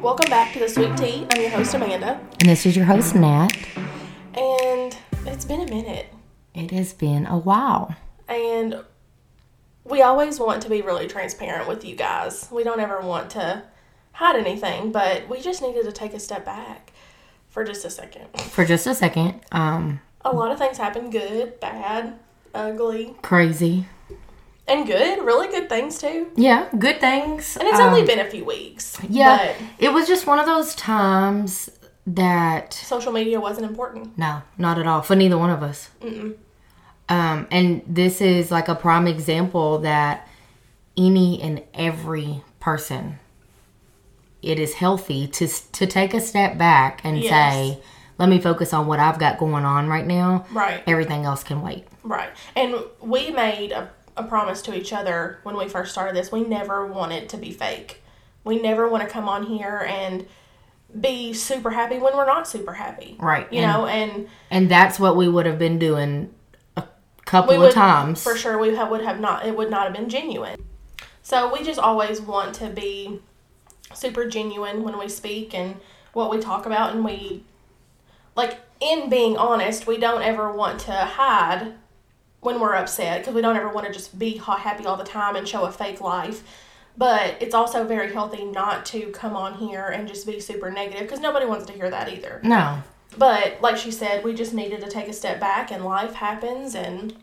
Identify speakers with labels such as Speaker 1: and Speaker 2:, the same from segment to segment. Speaker 1: Welcome back to the Sweet Tea. I'm your host Amanda,
Speaker 2: And this is your host, Nat.
Speaker 1: and it's been a minute.
Speaker 2: It has been a while.
Speaker 1: And we always want to be really transparent with you guys. We don't ever want to hide anything, but we just needed to take a step back for just a second.
Speaker 2: For just a second, um,
Speaker 1: A lot of things happened good, bad, ugly,
Speaker 2: crazy.
Speaker 1: and good. Really good things too.
Speaker 2: Yeah, good things.
Speaker 1: And it's
Speaker 2: Um,
Speaker 1: only been a few weeks.
Speaker 2: yeah.
Speaker 1: But
Speaker 2: It was just one of those times that
Speaker 1: social media wasn't important.
Speaker 2: no, not at all for neither one of us. Um, and this is like a prime example that any and every person, it is healthy to s- to take a step back and
Speaker 1: Yes.
Speaker 2: say, let me focus on what I've got going on right now.
Speaker 1: Right.
Speaker 2: Everything else can wait.
Speaker 1: Right. And we made a, a promise to each other when we first started this. We never want it to be fake. We never want to come on here and be super happy when we're not super happy.
Speaker 2: Right,
Speaker 1: You
Speaker 2: and-
Speaker 1: know, and
Speaker 2: And that's what we would have been doing a couple
Speaker 1: we would
Speaker 2: of times.
Speaker 1: for sure we ha- would have not it would not have been genuine. So we just always want to be super genuine when we speak and what we talk about and we like in being honest, we don't ever want to hide when we're upset because we don't ever want to just be ha- happy all the time and show a fake life. But it's also very healthy not to come on here and just be super negative because nobody wants to hear that either.
Speaker 2: No.
Speaker 1: But like she said, we just needed to take a step back, and life happens, and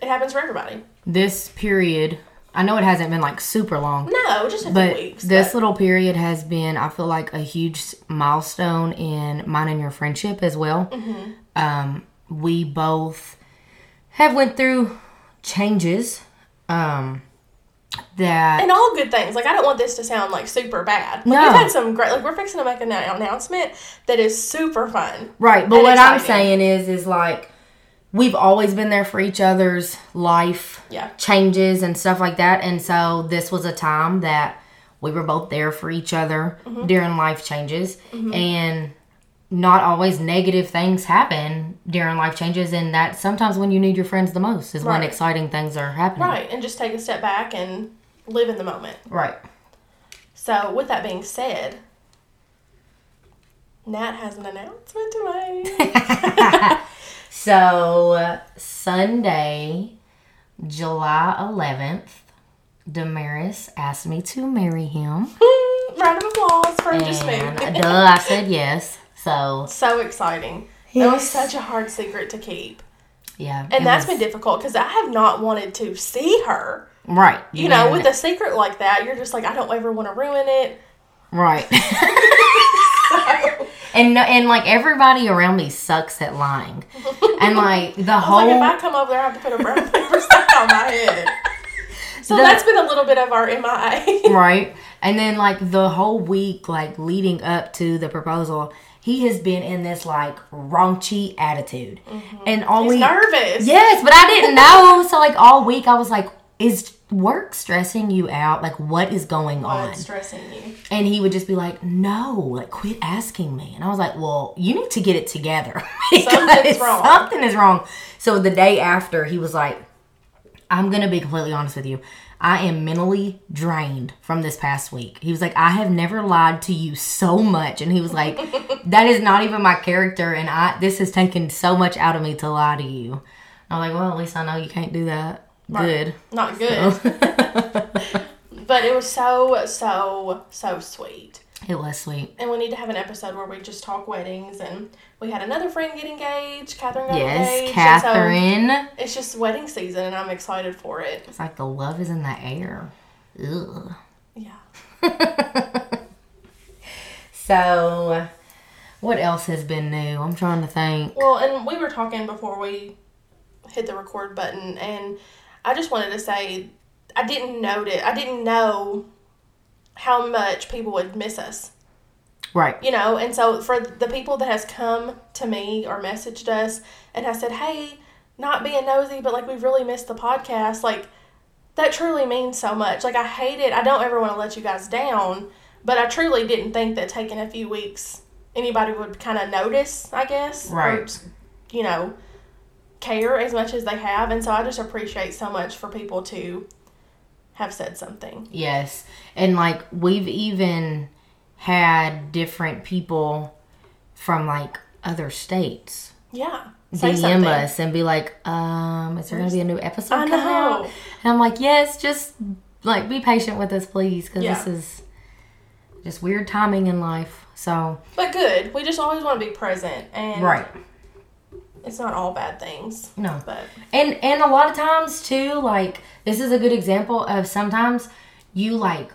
Speaker 1: it happens for everybody.
Speaker 2: This period, I know it hasn't been like super long,
Speaker 1: No, just a
Speaker 2: but
Speaker 1: few weeks.
Speaker 2: this
Speaker 1: but-
Speaker 2: little period has been, I feel like, a huge s- milestone in mine and your friendship as well.
Speaker 1: Mm-hmm.
Speaker 2: Um, we both have went through changes um, that
Speaker 1: and all good things. Like I don't want this to sound like super bad. Like,
Speaker 2: No.
Speaker 1: we've had some great. Like we're fixing to make an announcement that is super fun.
Speaker 2: Right, but
Speaker 1: and
Speaker 2: what I'm
Speaker 1: exciting.
Speaker 2: saying is, is like we've always been there for each other's life
Speaker 1: Yeah.
Speaker 2: changes and stuff like that, and so this was a time that we were both there for each other
Speaker 1: Mm-hmm.
Speaker 2: during life changes, and not always negative things happen during life changes, and that sometimes when you need your friends the most is when
Speaker 1: Right.
Speaker 2: exciting things are happening.
Speaker 1: Right, and just take a step back and live in the moment.
Speaker 2: right.
Speaker 1: So, with that being said, Nat has an announcement to make.
Speaker 2: So uh, Sunday, July 11th, Damaris asked me to marry him.
Speaker 1: Round of applause for just me.
Speaker 2: And duh, I said yes. So
Speaker 1: so exciting. That was
Speaker 2: Yes.
Speaker 1: such a hard secret to keep.
Speaker 2: yeah,
Speaker 1: And that's
Speaker 2: that's
Speaker 1: been difficult because I have not wanted to see her.
Speaker 2: right.
Speaker 1: You know, with a secret like that, you're just like, I don't ever want to ruin it.
Speaker 2: right. and no- and like everybody around me sucks at lying, and like the
Speaker 1: Like,
Speaker 2: whole
Speaker 1: if I come over there, I have to put a brown paper sack on my head. So
Speaker 2: The-
Speaker 1: that's been a little bit of our MIA.
Speaker 2: right, and then like the whole week like leading up to the proposal. He has been in this like raunchy attitude, and all we
Speaker 1: Mm-hmm. Nervous.
Speaker 2: Yes, but I didn't know. So like all week I was like, is work stressing you out? Like what is going on?
Speaker 1: Oh, It's stressing you.
Speaker 2: And he would just be like, no, like quit asking me. And I was like, well, you need to get it together. because
Speaker 1: Something's wrong.
Speaker 2: Something is wrong. So the day after, he was like, I'm going to be completely honest with you. I am mentally drained from this past week. He was like, I have never lied to you so much. And he was like, that is not even my character. And I, this has taken so much out of me to lie to you. I'm like, well, at least I know you can't do that. Good.
Speaker 1: Not good. but it was so, so, so sweet.
Speaker 2: It was sweet.
Speaker 1: And we need to have an episode where we just talk weddings. And we had another friend get engaged. Catherine got engaged. and
Speaker 2: Yes,
Speaker 1: so-
Speaker 2: Catherine.
Speaker 1: It's just wedding season, and I'm excited for it.
Speaker 2: It's like the love is in the air. Ugh.
Speaker 1: Yeah.
Speaker 2: So, what else has been new? I'm trying to think.
Speaker 1: Well, and we were talking before we hit the record button, and I just wanted to say I didn't notice, I didn't know how much people would miss us,
Speaker 2: Right.
Speaker 1: you know. And so for the people that has come to me or messaged us and has said, "Hey, not being nosy, but like we really missed the podcast," like that truly means so much. Like I hate it. I don't ever want to let you guys down, but I truly didn't think that taking a few weeks anybody would kind of notice. I guess or,
Speaker 2: Right.
Speaker 1: you know, care as much as they have, and so I just appreciate so much for people to have said something.
Speaker 2: Yes. And like we've even had different people from like other states
Speaker 1: Yeah. Say
Speaker 2: DM
Speaker 1: something.
Speaker 2: us and be like, um, is there going to be a new episode
Speaker 1: I
Speaker 2: coming
Speaker 1: know.
Speaker 2: out? And I'm like, yes, just like be patient with us, please, because
Speaker 1: Yeah.
Speaker 2: this is just weird timing in life. So,
Speaker 1: But good. We just always want to be present and
Speaker 2: right.
Speaker 1: it's not all bad things.
Speaker 2: No.
Speaker 1: But
Speaker 2: And and a lot of times too, like this is a good example of sometimes you like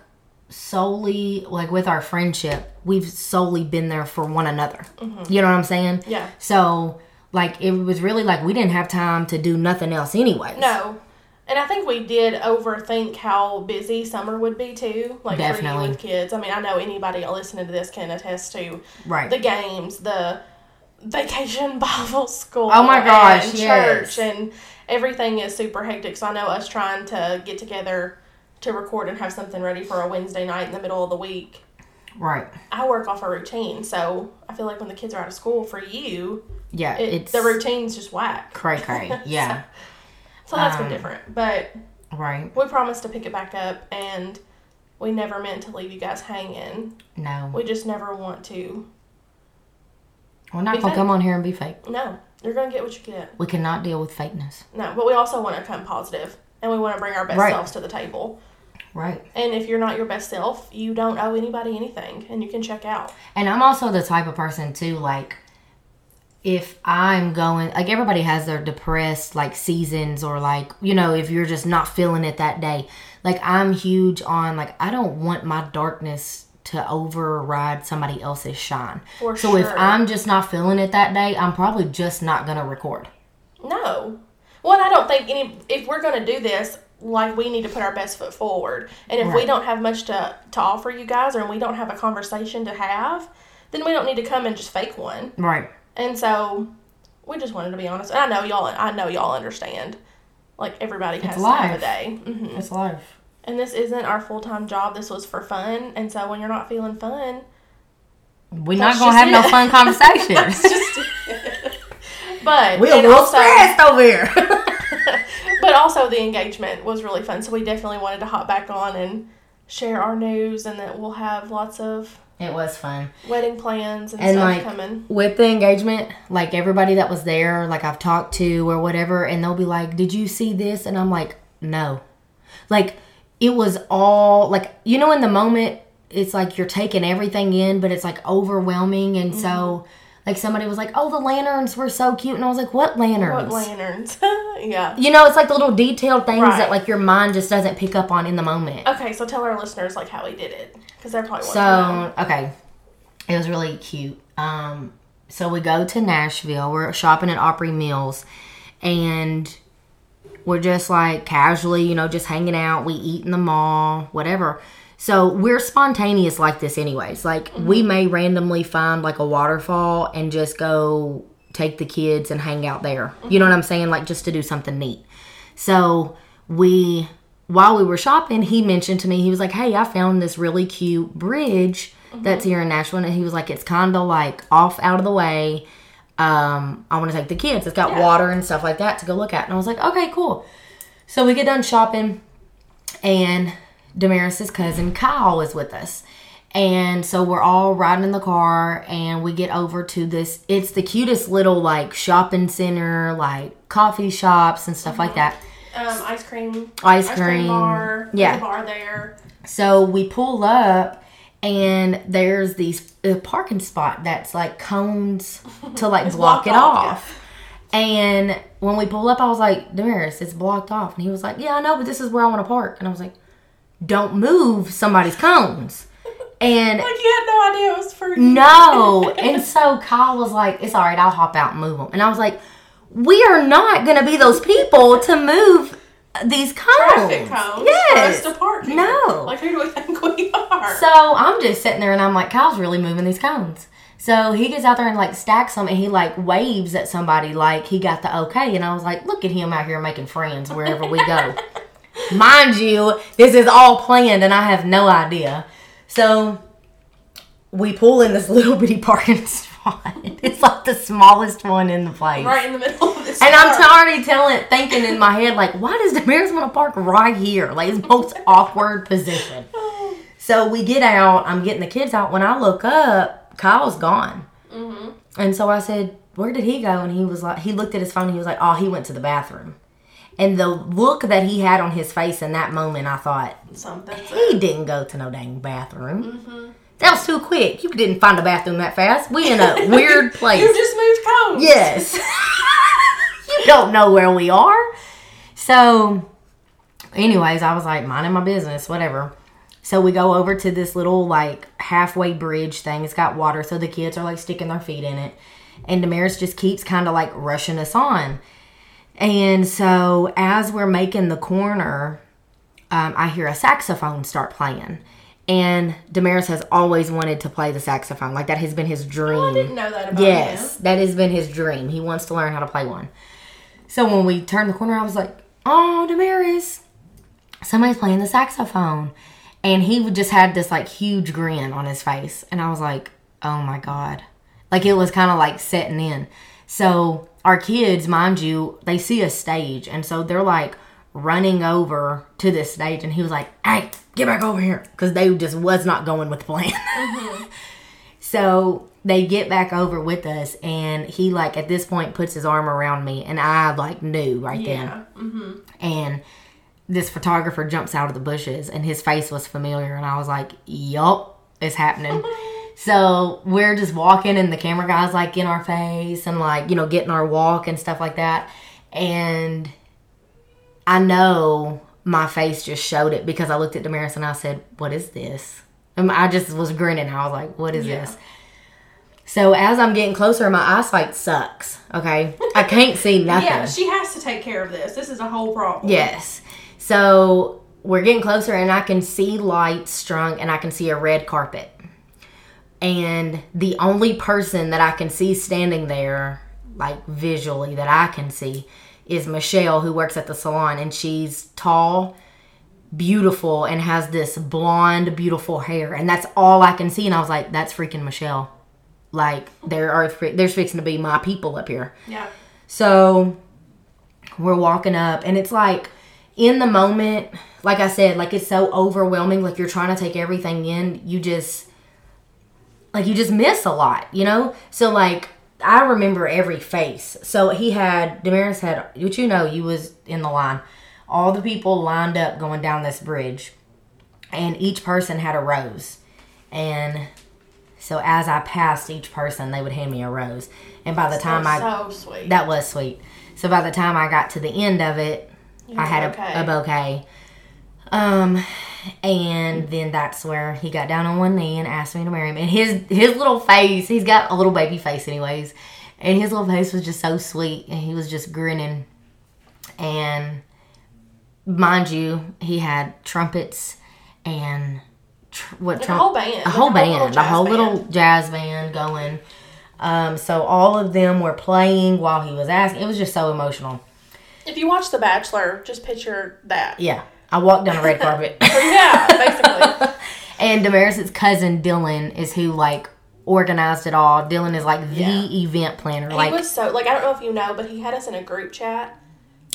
Speaker 2: solely like with our friendship, we've solely been there for one another. You know what I'm saying?
Speaker 1: Mm-hmm. yeah.
Speaker 2: So like it was really like we didn't have time to do nothing else anyway.
Speaker 1: No. And I think we did overthink how busy summer would be too. Like for
Speaker 2: Definitely.
Speaker 1: you with kids. I mean, I know anybody listening to this can attest to
Speaker 2: Right.
Speaker 1: the games, the vacation Bible school.
Speaker 2: Oh my gosh,
Speaker 1: and
Speaker 2: yes.
Speaker 1: church and everything is super hectic. So I know us trying to get together to record and have something ready for a Wednesday night in the middle of the week.
Speaker 2: right.
Speaker 1: I work off a routine, so I feel like when the kids are out of school for you,
Speaker 2: Yeah.
Speaker 1: it,
Speaker 2: it's
Speaker 1: the routine's just whack.
Speaker 2: cray cray. Yeah.
Speaker 1: So that's
Speaker 2: Um,
Speaker 1: been different. But
Speaker 2: right.
Speaker 1: we promised to pick it back up, and we never meant to leave you guys hanging.
Speaker 2: No.
Speaker 1: We just never want to.
Speaker 2: We're not
Speaker 1: Be
Speaker 2: gonna
Speaker 1: fake.
Speaker 2: come on here and be fake.
Speaker 1: No, you're gonna get what you get.
Speaker 2: We cannot deal with fakeness.
Speaker 1: No, but we also want to come positive, and we want to bring our best
Speaker 2: Right.
Speaker 1: selves to the table.
Speaker 2: Right.
Speaker 1: And if you're not your best self, you don't owe anybody anything, and you can check out.
Speaker 2: And I'm also the type of person too, like if I'm going like everybody has their depressed like seasons or like, you know, if you're just not feeling it that day. Like I'm huge on like I don't want my darkness to override somebody else's shine.
Speaker 1: For
Speaker 2: so if
Speaker 1: sure.
Speaker 2: I'm just not feeling it that day, I'm probably just not gonna record.
Speaker 1: No. Well, and I don't think any. If we're going to do this, like we need to put our best foot forward. And if we
Speaker 2: Right.
Speaker 1: don't have much to to offer you guys, or we don't have a conversation to have, then we don't need to come and just fake one.
Speaker 2: Right.
Speaker 1: And so, we just wanted to be honest. And I know y'all. I know y'all understand. Like everybody has to have
Speaker 2: life.
Speaker 1: a day. hmm
Speaker 2: It's life.
Speaker 1: And this isn't our full time job. This was for fun. And so when you're not feeling fun,
Speaker 2: We're
Speaker 1: That's
Speaker 2: not gonna have
Speaker 1: just
Speaker 2: no
Speaker 1: it.
Speaker 2: fun conversations.
Speaker 1: but
Speaker 2: We're a
Speaker 1: and
Speaker 2: little
Speaker 1: also-
Speaker 2: stressed over here.
Speaker 1: but also the engagement was really fun so we definitely wanted to hop back on and share our news and that we'll have lots of
Speaker 2: it was fun.
Speaker 1: wedding plans and,
Speaker 2: and
Speaker 1: stuff
Speaker 2: like
Speaker 1: coming
Speaker 2: with the engagement like everybody that was there like i've talked to or whatever and they'll be like did you see this and i'm like no like it was all like you know in the moment it's like you're taking everything in but it's like overwhelming and so
Speaker 1: Mm-hmm.
Speaker 2: like somebody was like oh the lanterns were so cute and i was like what
Speaker 1: what
Speaker 2: lanterns
Speaker 1: lanterns yeah
Speaker 2: you know it's like the little detailed things that
Speaker 1: Right.
Speaker 2: like your mind just doesn't pick up on in the moment
Speaker 1: okay so tell our listeners like how we did it because they're probably
Speaker 2: so
Speaker 1: wondering.
Speaker 2: okay, it was really cute. Um, so we go to Nashville. We're shopping at Opry Mills, and we're just like casually, you know, just hanging out. We eat in the mall, whatever. So we're spontaneous like this, anyways. Like we may randomly find like a waterfall and just go take the kids and hang out there. You know what I'm saying? Like just to do something neat. So we, while we were shopping, he mentioned to me, he was like, "Hey, I found this really cute bridge that's here in Nashville," and he was like, "It's kind of like off out of the way. Um, I want to take the kids. It's got water and stuff like that to go look at." And I was like, "Okay, cool." So we get done shopping, and Damaris's cousin Kyle is with us. And so we're all riding in the car, and we get over to this. It's the cutest little like shopping center, like coffee shops and stuff like that.
Speaker 1: um ice cream
Speaker 2: Ice cream.
Speaker 1: bar
Speaker 2: Yeah.
Speaker 1: yeah bar there
Speaker 2: So we pull up, and there's these a parking spot that's like cones to like block
Speaker 1: blocked
Speaker 2: it
Speaker 1: off, yeah.
Speaker 2: off. And when we pull up, I was like, Damaris, it's blocked off. And he was like, Yeah, I know, but this is where I want to park. And I was like, Don't move somebody's cones. And
Speaker 1: like you had no idea it was for you
Speaker 2: no. And so Kyle was like, It's all right, I'll hop out and move them. And I was like, We are not going to be those people to move these cones.
Speaker 1: traffic cones
Speaker 2: Yes.
Speaker 1: for us to park here.
Speaker 2: No.
Speaker 1: like who do we think we are
Speaker 2: So I'm just sitting there and I'm like, Kyle's really moving these cones. So he gets out there and like stacks them and he like waves at somebody like he got the okay. And I was like, look at him out here making friends wherever we go. Mind you, this is all planned and I have no idea. So we pull in this little bitty parking spot. It's like the smallest one in the place.
Speaker 1: right in the middle of this
Speaker 2: And
Speaker 1: park.
Speaker 2: I'm t- already telling, thinking in my head, like, why does Damaris want to park right here? Like, it's the most awkward position. So we get out. I'm getting the kids out. When I look up, Kyle's gone. And so I said, "Where did he go?" And he was like, he looked at his phone. And he was like, "Oh, he went to the bathroom." And the look that he had on his face in that moment, I thought
Speaker 1: Something.
Speaker 2: he didn't go to no dang bathroom. That was too quick. You didn't find a bathroom that fast. We in a weird place.
Speaker 1: You just moved codes.
Speaker 2: Yes. you don't know where we are. So, anyways, I was like, minding my business, whatever. So we go over to this little like halfway bridge thing. It's got water, so the kids are like sticking their feet in it. And Damaris just keeps kind of like rushing us on. And so as we're making the corner, um, I hear a saxophone start playing. And Damaris has always wanted to play the saxophone. Like that has been his dream.
Speaker 1: I didn't know that about him.
Speaker 2: Yes, that has been his dream. He wants to learn how to play one. So when we turned the corner, I was like, "Oh, Damaris, somebody's playing the saxophone," and he would- just had this like huge grin on his face, and I was like, "Oh my god!" Like it was kind of like setting in. So our kids, mind you, they see a stage, and so they're like running over to this stage, and he was like, "Hey, get back over here," because they just was not going with the plan. So they get back over with us, and he like at this point puts his arm around me, and I like knew right
Speaker 1: Yeah.
Speaker 2: then. And this photographer jumps out of the bushes, and his face was familiar, and I was like, "Yup, it's happening." so we're just walking, and the camera guy's like in our face, and like you know getting our walk and stuff like that, and I know my face just showed it because I looked at Damaris and I said, What is this? And I just was grinning. I was like, What is this? So as I'm getting closer, my eyesight sucks. Okay. I can't see nothing.
Speaker 1: Yeah, she has to take care of this. This is a whole problem.
Speaker 2: Yes. So we're getting closer, and I can see lights strung, and I can see a red carpet. And the only person that I can see standing there, like visually, that I can see, is Michelle, who works at the salon, and she's tall, beautiful, and has this blonde, beautiful hair, and that's all I can see. And I was like, "That's freaking Michelle." Like there are there's fixing to be my people up here.
Speaker 1: Yeah.
Speaker 2: So we're walking up, and it's like in the moment, like I said, like it's so overwhelming. Like you're trying to take everything in, you just like you just miss a lot, you know. So like I remember every face. So he had Damaris had, which you know, you was in the line. All the people lined up going down this bridge, and each person had a rose, and. So as I passed each person, they would hand me a rose, and by the time I
Speaker 1: so sweet.
Speaker 2: that was sweet. So by the time I got to the end of it, I had
Speaker 1: bouquet.
Speaker 2: a, a bouquet. Um, and then that's where he got down on one knee and asked me to marry him. And his his little face, he's got a little baby face, anyways. And his little face was just so sweet, and he was just grinning. And mind you, he had trumpets and tr- what
Speaker 1: a
Speaker 2: trumpet?
Speaker 1: whole band.
Speaker 2: a
Speaker 1: like
Speaker 2: whole
Speaker 1: little
Speaker 2: band, the
Speaker 1: jazz
Speaker 2: whole
Speaker 1: band.
Speaker 2: little jazz band going. Um, so all of them were playing while he was asking. It was just so emotional.
Speaker 1: If you watch The Bachelor, just picture that.
Speaker 2: Yeah, I walked down a red carpet,
Speaker 1: Yeah, basically.
Speaker 2: and Damaris's cousin Dylan is who like organized it all. Dylan is like the
Speaker 1: Yeah.
Speaker 2: event planner.
Speaker 1: he
Speaker 2: Like,
Speaker 1: was so like I don't know if you know, but he had us in a group chat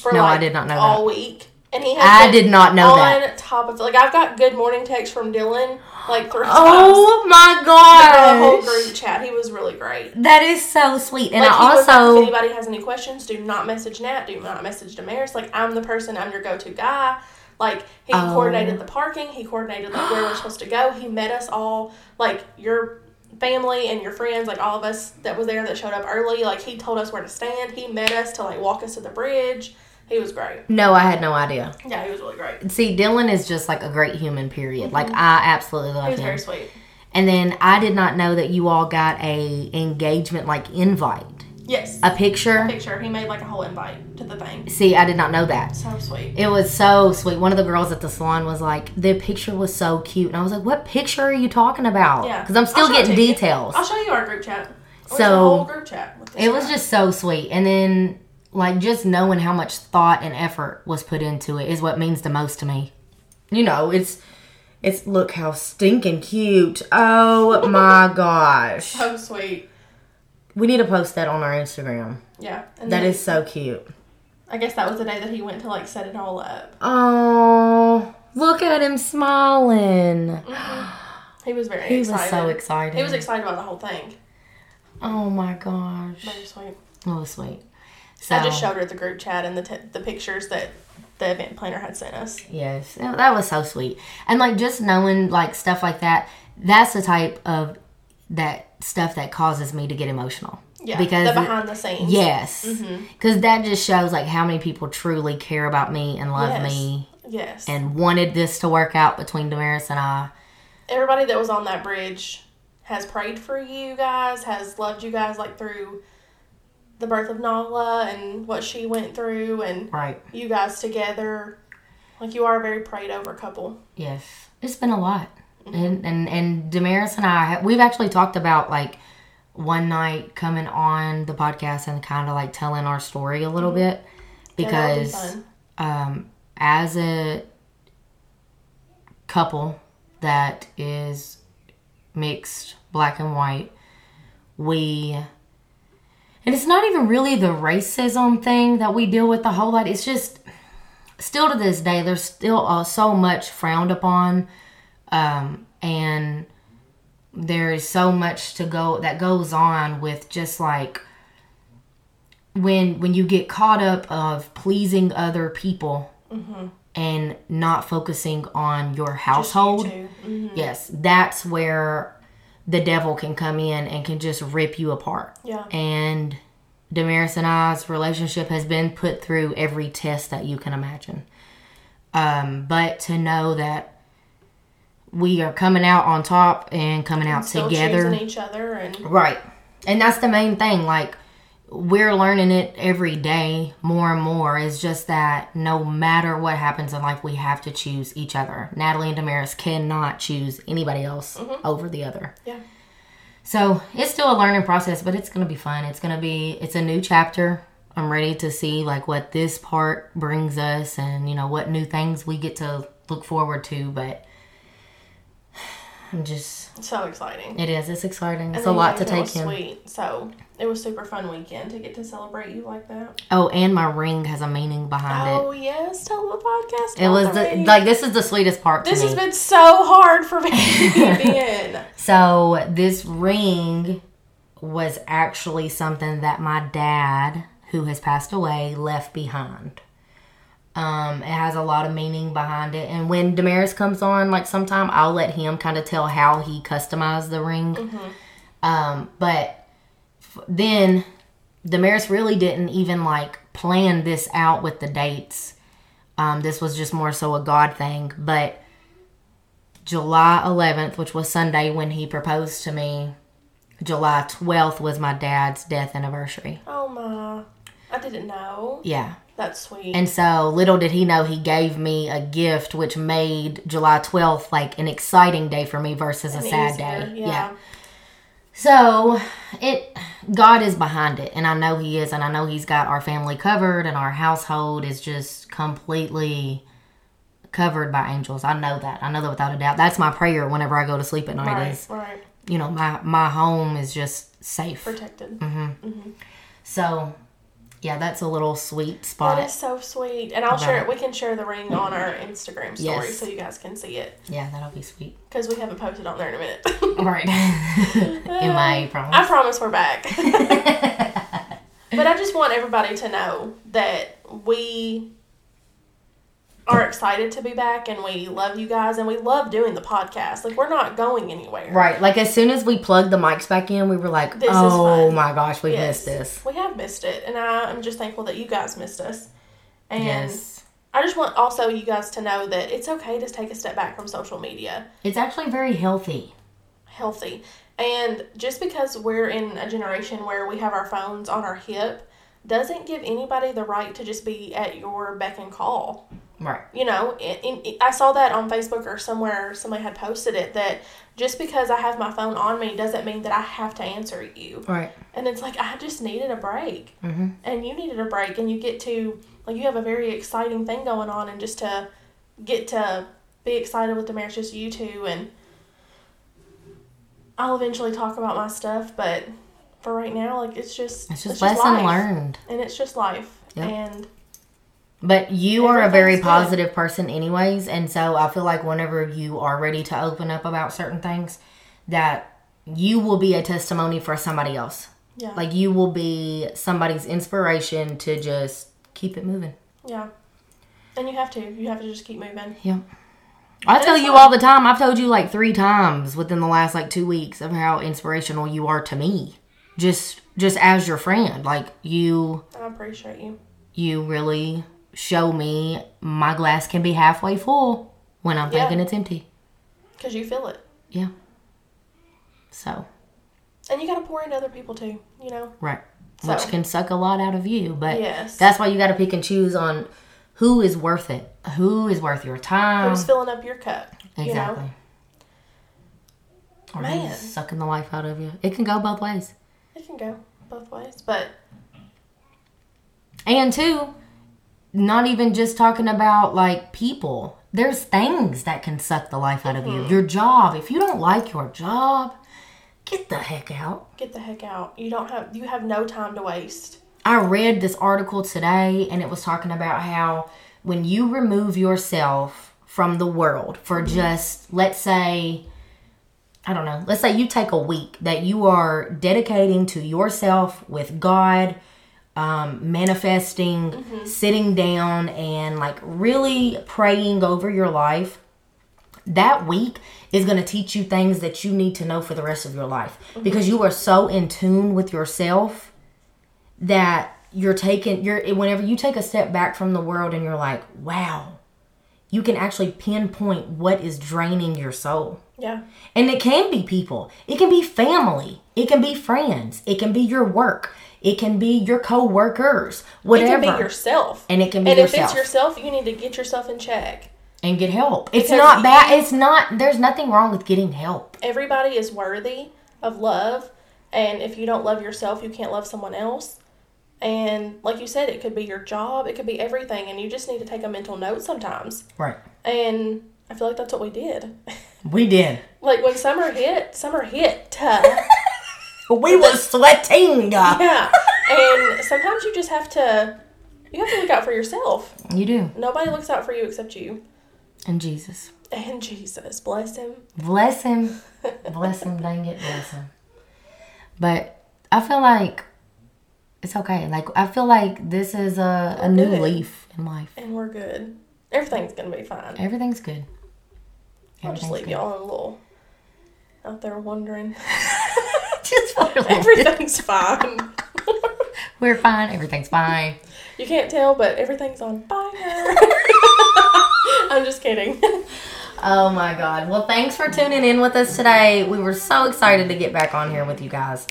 Speaker 1: for
Speaker 2: No, I
Speaker 1: like
Speaker 2: did not know
Speaker 1: all week, and he had
Speaker 2: I
Speaker 1: been
Speaker 2: did not know
Speaker 1: on
Speaker 2: that.
Speaker 1: top of like I've got good morning texts from Dylan like three times.
Speaker 2: Oh my
Speaker 1: The whole
Speaker 2: gosh,
Speaker 1: group chat. He was really great.
Speaker 2: that is so sweet. And
Speaker 1: Like,
Speaker 2: I
Speaker 1: he was like,
Speaker 2: also
Speaker 1: if anybody has any questions, do not message Nat. Do not message Damaris. Like, I'm the person. I'm your go-to guy. Like, he
Speaker 2: Oh.
Speaker 1: coordinated the parking. He coordinated like where we're supposed to go. He met us all. Like your family and your friends. Like all of us that was there that showed up early. Like he told us where to stand. He met us to like walk us to the bridge. He was great.
Speaker 2: no, I had no idea.
Speaker 1: Yeah, he was really great.
Speaker 2: See, Dylan is just like a great human. Period. Like
Speaker 1: Mm-hmm.
Speaker 2: I absolutely love
Speaker 1: He was
Speaker 2: him.
Speaker 1: very sweet.
Speaker 2: And then I did not know that you all got a engagement like invite,
Speaker 1: Yes.
Speaker 2: a picture.
Speaker 1: Picture. He made like a whole invite to the thing.
Speaker 2: See, I did not know that.
Speaker 1: So sweet.
Speaker 2: It was so sweet. One of the girls at the salon was like, "The picture was so cute," and I was like, "What picture are you talking about?"
Speaker 1: Yeah.
Speaker 2: because I'm still
Speaker 1: I'll show it
Speaker 2: getting
Speaker 1: to you.
Speaker 2: details.
Speaker 1: I'll show you our group chat. It was a
Speaker 2: So,
Speaker 1: whole group chat. with this
Speaker 2: It was
Speaker 1: guy.
Speaker 2: just so sweet. And then, like, just knowing how much thought and effort was put into it is what means the most to me. You know, it's it's look how stinking cute. Oh my gosh,
Speaker 1: so sweet.
Speaker 2: we need to post that on our Instagram.
Speaker 1: Yeah. And
Speaker 2: That
Speaker 1: then-
Speaker 2: is so cute.
Speaker 1: I guess that was the day that he went to like set it all up.
Speaker 2: Oh, Look at him smiling.
Speaker 1: He was very
Speaker 2: He was
Speaker 1: excited.
Speaker 2: so excited.
Speaker 1: He was excited about the whole thing.
Speaker 2: oh my gosh.
Speaker 1: Very sweet.
Speaker 2: Oh, sweet. So,
Speaker 1: I just showed her the group chat and the t- the pictures that the event planner had sent us.
Speaker 2: Yes, that that was so sweet. And like just knowing like stuff like that, that's the type of that stuff that causes me to get emotional.
Speaker 1: Yeah,
Speaker 2: Because
Speaker 1: the behind the scenes.
Speaker 2: yes,
Speaker 1: Mm-hmm.
Speaker 2: because that just shows like how many people truly care about me and love
Speaker 1: Yes.
Speaker 2: me
Speaker 1: Yes.
Speaker 2: and wanted this to work out between Damaris and I.
Speaker 1: Everybody that was on that bridge has prayed for you guys, has loved you guys like through the birth of Nala and what she went through and
Speaker 2: Right.
Speaker 1: you guys together. Like you are a very prayed over couple.
Speaker 2: Yes, it's been a lot,
Speaker 1: Mm-hmm.
Speaker 2: and and and Damaris and I have, we've actually talked about like one night coming on the podcast and kind of like telling our story a little bit
Speaker 1: And Mm-hmm. that would be
Speaker 2: because.
Speaker 1: fun.
Speaker 2: um, as a couple that is mixed black and white, we and it's not even really the racism thing that we deal with a whole lot. It's just still to this day, there's still uh, so much frowned upon, um, and there is so much to go that goes on with just like when when you get caught up of pleasing other people and not focusing on your household
Speaker 1: You two. Mm-hmm.
Speaker 2: yes that's where the devil can come in and can just rip you apart
Speaker 1: Yeah.
Speaker 2: and damaris and i's relationship has been put through every test that you can imagine um, but to know that we are coming out on top and coming out
Speaker 1: Still
Speaker 2: together
Speaker 1: choosing each other and
Speaker 2: Right. And that's the main thing. Like, we're learning it every day more and more. It's just that no matter what happens in life, we have to choose each other. Natalie and Damaris cannot choose anybody else over the other.
Speaker 1: yeah.
Speaker 2: So it's still a learning process, but it's going to be fun. It's going to be, it's a new chapter. I'm ready to see like what this part brings us and, you know, what new things we get to look forward to. But I'm just,
Speaker 1: So exciting.
Speaker 2: it is, it's exciting. It's
Speaker 1: And
Speaker 2: a
Speaker 1: the
Speaker 2: lot to
Speaker 1: engagement
Speaker 2: take in.
Speaker 1: was Sweet. So it was super fun weekend to get to celebrate you like that.
Speaker 2: Oh, and my ring has a meaning behind
Speaker 1: Oh yes, tell the podcast.
Speaker 2: it. It was the, like this is the sweetest part
Speaker 1: this
Speaker 2: to
Speaker 1: has
Speaker 2: me.
Speaker 1: been so hard for me to get in.
Speaker 2: so this ring was actually something that my dad, who has passed away, left behind. Um, it has a lot of meaning behind it. And when Damaris comes on, like sometime I'll let him kind of tell how he customized the ring. Um, but f- then Damaris really didn't even like plan this out with the dates. Um, this was just more so a God thing. But July 11th, which was Sunday when he proposed to me, July 12th was my dad's death anniversary.
Speaker 1: Oh my, I didn't know.
Speaker 2: Yeah.
Speaker 1: That's sweet.
Speaker 2: And so little did he know he gave me a gift, which made July 12th like an exciting day for me versus a
Speaker 1: And
Speaker 2: sad
Speaker 1: easier,
Speaker 2: day.
Speaker 1: Yeah.
Speaker 2: So it God is behind it and I know he is and I know he's got our family covered and our household is just completely covered by angels. I know that. I know that without a doubt. That's my prayer whenever I go to sleep at night
Speaker 1: Right.
Speaker 2: is
Speaker 1: Right.
Speaker 2: you know, my my home is just safe.
Speaker 1: Protected.
Speaker 2: Mm-hmm. So yeah, that's a little sweet
Speaker 1: That
Speaker 2: spot.
Speaker 1: is so sweet. And I'll share
Speaker 2: Right.
Speaker 1: it. We can share the ring on our Instagram story
Speaker 2: Yes.
Speaker 1: so you guys can see it
Speaker 2: yeah, that'll be sweet.
Speaker 1: because we haven't posted on there in a minute.
Speaker 2: All right. Am
Speaker 1: Um,
Speaker 2: I promise?
Speaker 1: I promise we're back. but I just want everybody to know that we are excited to be back and we love you guys and we love doing the podcast. Like we're not going anywhere.
Speaker 2: Right. Like as soon as we plugged the mics back in, we were like,
Speaker 1: This is
Speaker 2: "Oh
Speaker 1: fun."
Speaker 2: my gosh, we
Speaker 1: Yes.
Speaker 2: missed this."
Speaker 1: We have missed it and I am just thankful that you guys missed us. And
Speaker 2: Yes.
Speaker 1: I just want also you guys to know that it's okay to take a step back from social media.
Speaker 2: It's actually very healthy.
Speaker 1: healthy. And just because we're in a generation where we have our phones on our hip doesn't give anybody the right to just be at your beck and call.
Speaker 2: Right.
Speaker 1: You know, in, in, I saw that on Facebook or somewhere somebody had posted it that just because I have my phone on me doesn't mean that I have to answer you.
Speaker 2: Right.
Speaker 1: And it's like, I just needed a break. Mm-hmm. And you needed a break, and you get to, like, you have a very exciting thing going on, and just to get to be excited with the marriage, just you two. And I'll eventually talk about my stuff, but for right now, like, it's just,
Speaker 2: It's just lesson
Speaker 1: life.
Speaker 2: learned.
Speaker 1: And it's just life.
Speaker 2: Yep.
Speaker 1: And
Speaker 2: But you are a very
Speaker 1: Everything's good.
Speaker 2: positive person, anyways, and so I feel like whenever you are ready to open up about certain things, that you will be a testimony for somebody else.
Speaker 1: Yeah.
Speaker 2: Like you will be somebody's inspiration to just keep it moving.
Speaker 1: Yeah. And you have to. You have to just keep moving.
Speaker 2: Yeah. I
Speaker 1: And
Speaker 2: tell
Speaker 1: it's
Speaker 2: you
Speaker 1: like-
Speaker 2: all the time. I've told you like three times within the last like two weeks of how inspirational you are to me. Just just as your friend, like you
Speaker 1: I appreciate you.
Speaker 2: you really show me my glass can be halfway full when I'm
Speaker 1: Yeah.
Speaker 2: thinking it's empty.
Speaker 1: Because you feel it.
Speaker 2: Yeah. So
Speaker 1: And you got to pour into other people too, you know?
Speaker 2: right,
Speaker 1: So-
Speaker 2: which can suck a lot out of you, but
Speaker 1: Yes.
Speaker 2: that's why you got to pick and choose on who is worth it, who is worth your time.
Speaker 1: Who's filling up your cup?
Speaker 2: Exactly.
Speaker 1: You know?
Speaker 2: Or
Speaker 1: Man.
Speaker 2: he's sucking the life out of you. It can go both ways.
Speaker 1: It can go both ways. But
Speaker 2: And two, not even just talking about like people. There's things that can suck the life out of you.
Speaker 1: Mm-hmm.
Speaker 2: Your job. If you don't like your job, get the heck out.
Speaker 1: get the heck out. You don't have, you have no time to waste.
Speaker 2: I read this article today and it was talking about how when you remove yourself from the world for just, let's say, I don't know, let's say you take a week that you are dedicating to yourself with God, um, manifesting, sitting down, and like really praying over your life that week is going to teach you things that you need to know for the rest of your life because you are so in tune with yourself that you're taking you're whenever you take a step back from the world and you're like wow you can actually pinpoint what is draining your soul
Speaker 1: Yeah.
Speaker 2: and it can be people. It can be family. It can be friends. It can be your work. It can be your coworkers.
Speaker 1: It
Speaker 2: Whatever.
Speaker 1: can be yourself.
Speaker 2: and it can be
Speaker 1: and if
Speaker 2: yourself.
Speaker 1: it's yourself, you need to get yourself in check.
Speaker 2: and get help. It's
Speaker 1: Because
Speaker 2: not
Speaker 1: you-
Speaker 2: bad. It's not. There's nothing wrong with getting help.
Speaker 1: Everybody is worthy of love. And if you don't love yourself, you can't love someone else. And like you said, it could be your job, it could be everything. And you just need to take a mental note sometimes.
Speaker 2: Right.
Speaker 1: And I feel like that's what we did.
Speaker 2: We did.
Speaker 1: like when summer hit, summer hit.
Speaker 2: We was sweating.
Speaker 1: yeah. And sometimes you just have to you have to look out for yourself.
Speaker 2: You do.
Speaker 1: Nobody looks out for you except you.
Speaker 2: And Jesus,
Speaker 1: And Jesus, bless him.
Speaker 2: bless him, bless him. Dang it, bless him. But I feel like it's okay. Like I feel like this is a, a new
Speaker 1: Good.
Speaker 2: leaf in life.
Speaker 1: And we're good. Everything's gonna be fine.
Speaker 2: Everything's good.
Speaker 1: I'll just
Speaker 2: Everything's
Speaker 1: leave
Speaker 2: good.
Speaker 1: y'all a little out there wondering.
Speaker 2: Just for a little bit.
Speaker 1: Everything's fine.
Speaker 2: We're fine. Everything's fine.
Speaker 1: You can't tell, but everything's on fire. I'm just kidding.
Speaker 2: Oh my God. Well, thanks for tuning in with us today. We were so excited to get back on here with you guys.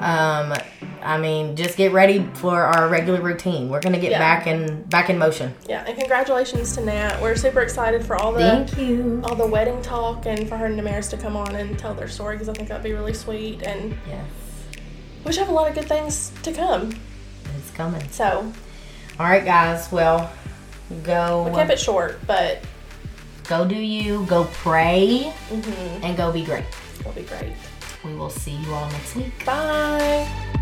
Speaker 2: Um, I mean, just get ready for our regular routine. We're gonna get
Speaker 1: Yeah.
Speaker 2: back in back in motion.
Speaker 1: Yeah, and congratulations to Nat. We're super excited for all the
Speaker 2: you.
Speaker 1: all the wedding talk and for her and Damaris to come on and tell their story because I think that'd be really sweet. And
Speaker 2: Yes,
Speaker 1: we should have a lot of good things to come.
Speaker 2: it's coming.
Speaker 1: So
Speaker 2: All right, guys. Well,
Speaker 1: we
Speaker 2: go
Speaker 1: kept it short, but
Speaker 2: go do you. Go pray
Speaker 1: mhm,
Speaker 2: and go be great.
Speaker 1: it'll be great.
Speaker 2: We will see you all next week.
Speaker 1: Bye.